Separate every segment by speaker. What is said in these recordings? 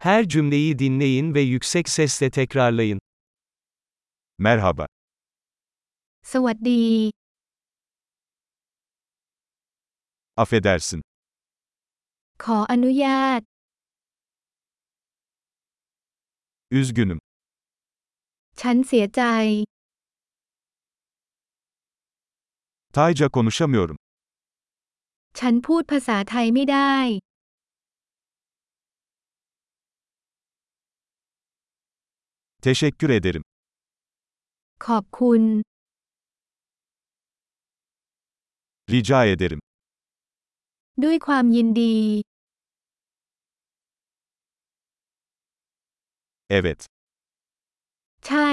Speaker 1: Her cümleyi dinleyin ve yüksek sesle tekrarlayın.
Speaker 2: Merhaba.
Speaker 3: สวัสดี
Speaker 2: Affedersin.
Speaker 3: ขออนุญาต
Speaker 2: Üzgünüm.
Speaker 3: ฉันเสียใจ
Speaker 2: Tayca konuşamıyorum.
Speaker 3: ฉันพูดภาษาไทยไม่ได้
Speaker 2: Teşekkür ederim.
Speaker 3: ขอบคุณ
Speaker 2: Rica ederim.
Speaker 3: ด้วยความยินดี
Speaker 2: Evet.
Speaker 3: ใช่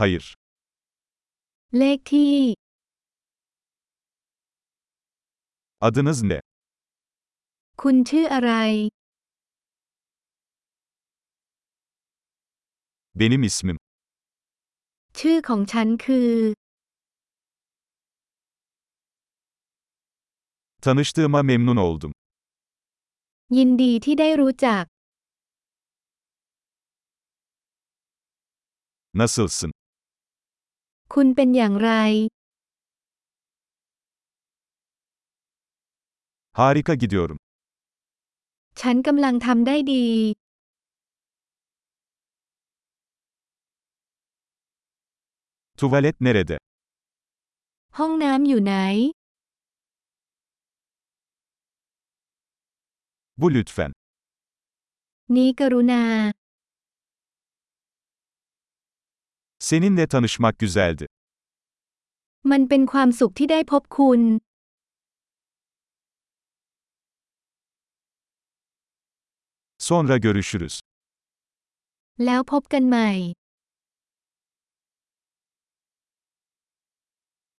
Speaker 2: Hayır.
Speaker 3: เลขที่
Speaker 2: Adınız ne?
Speaker 3: คุณชื่ออะไร
Speaker 2: Benim ismim.
Speaker 3: ชื่อของฉันคือ
Speaker 2: Tanıştığıma memnun oldum.
Speaker 3: ยินดีที่ได้รู้จัก
Speaker 2: Nasılsın?
Speaker 3: คุณเป็นอย่างไร
Speaker 2: Harika gidiyorum.
Speaker 3: ฉันกำลังทำได้ดี
Speaker 2: Tuvalet nerede?
Speaker 3: ห้องน้ำอยู่ไหน
Speaker 2: Bu lütfen.
Speaker 3: นี้กรุณา
Speaker 2: Seninle tanışmak güzeldi.
Speaker 3: มันเป็นความสุขที่ได้พบคุณ
Speaker 2: Sonra görüşürüz.
Speaker 3: แล้วพบกันใหม่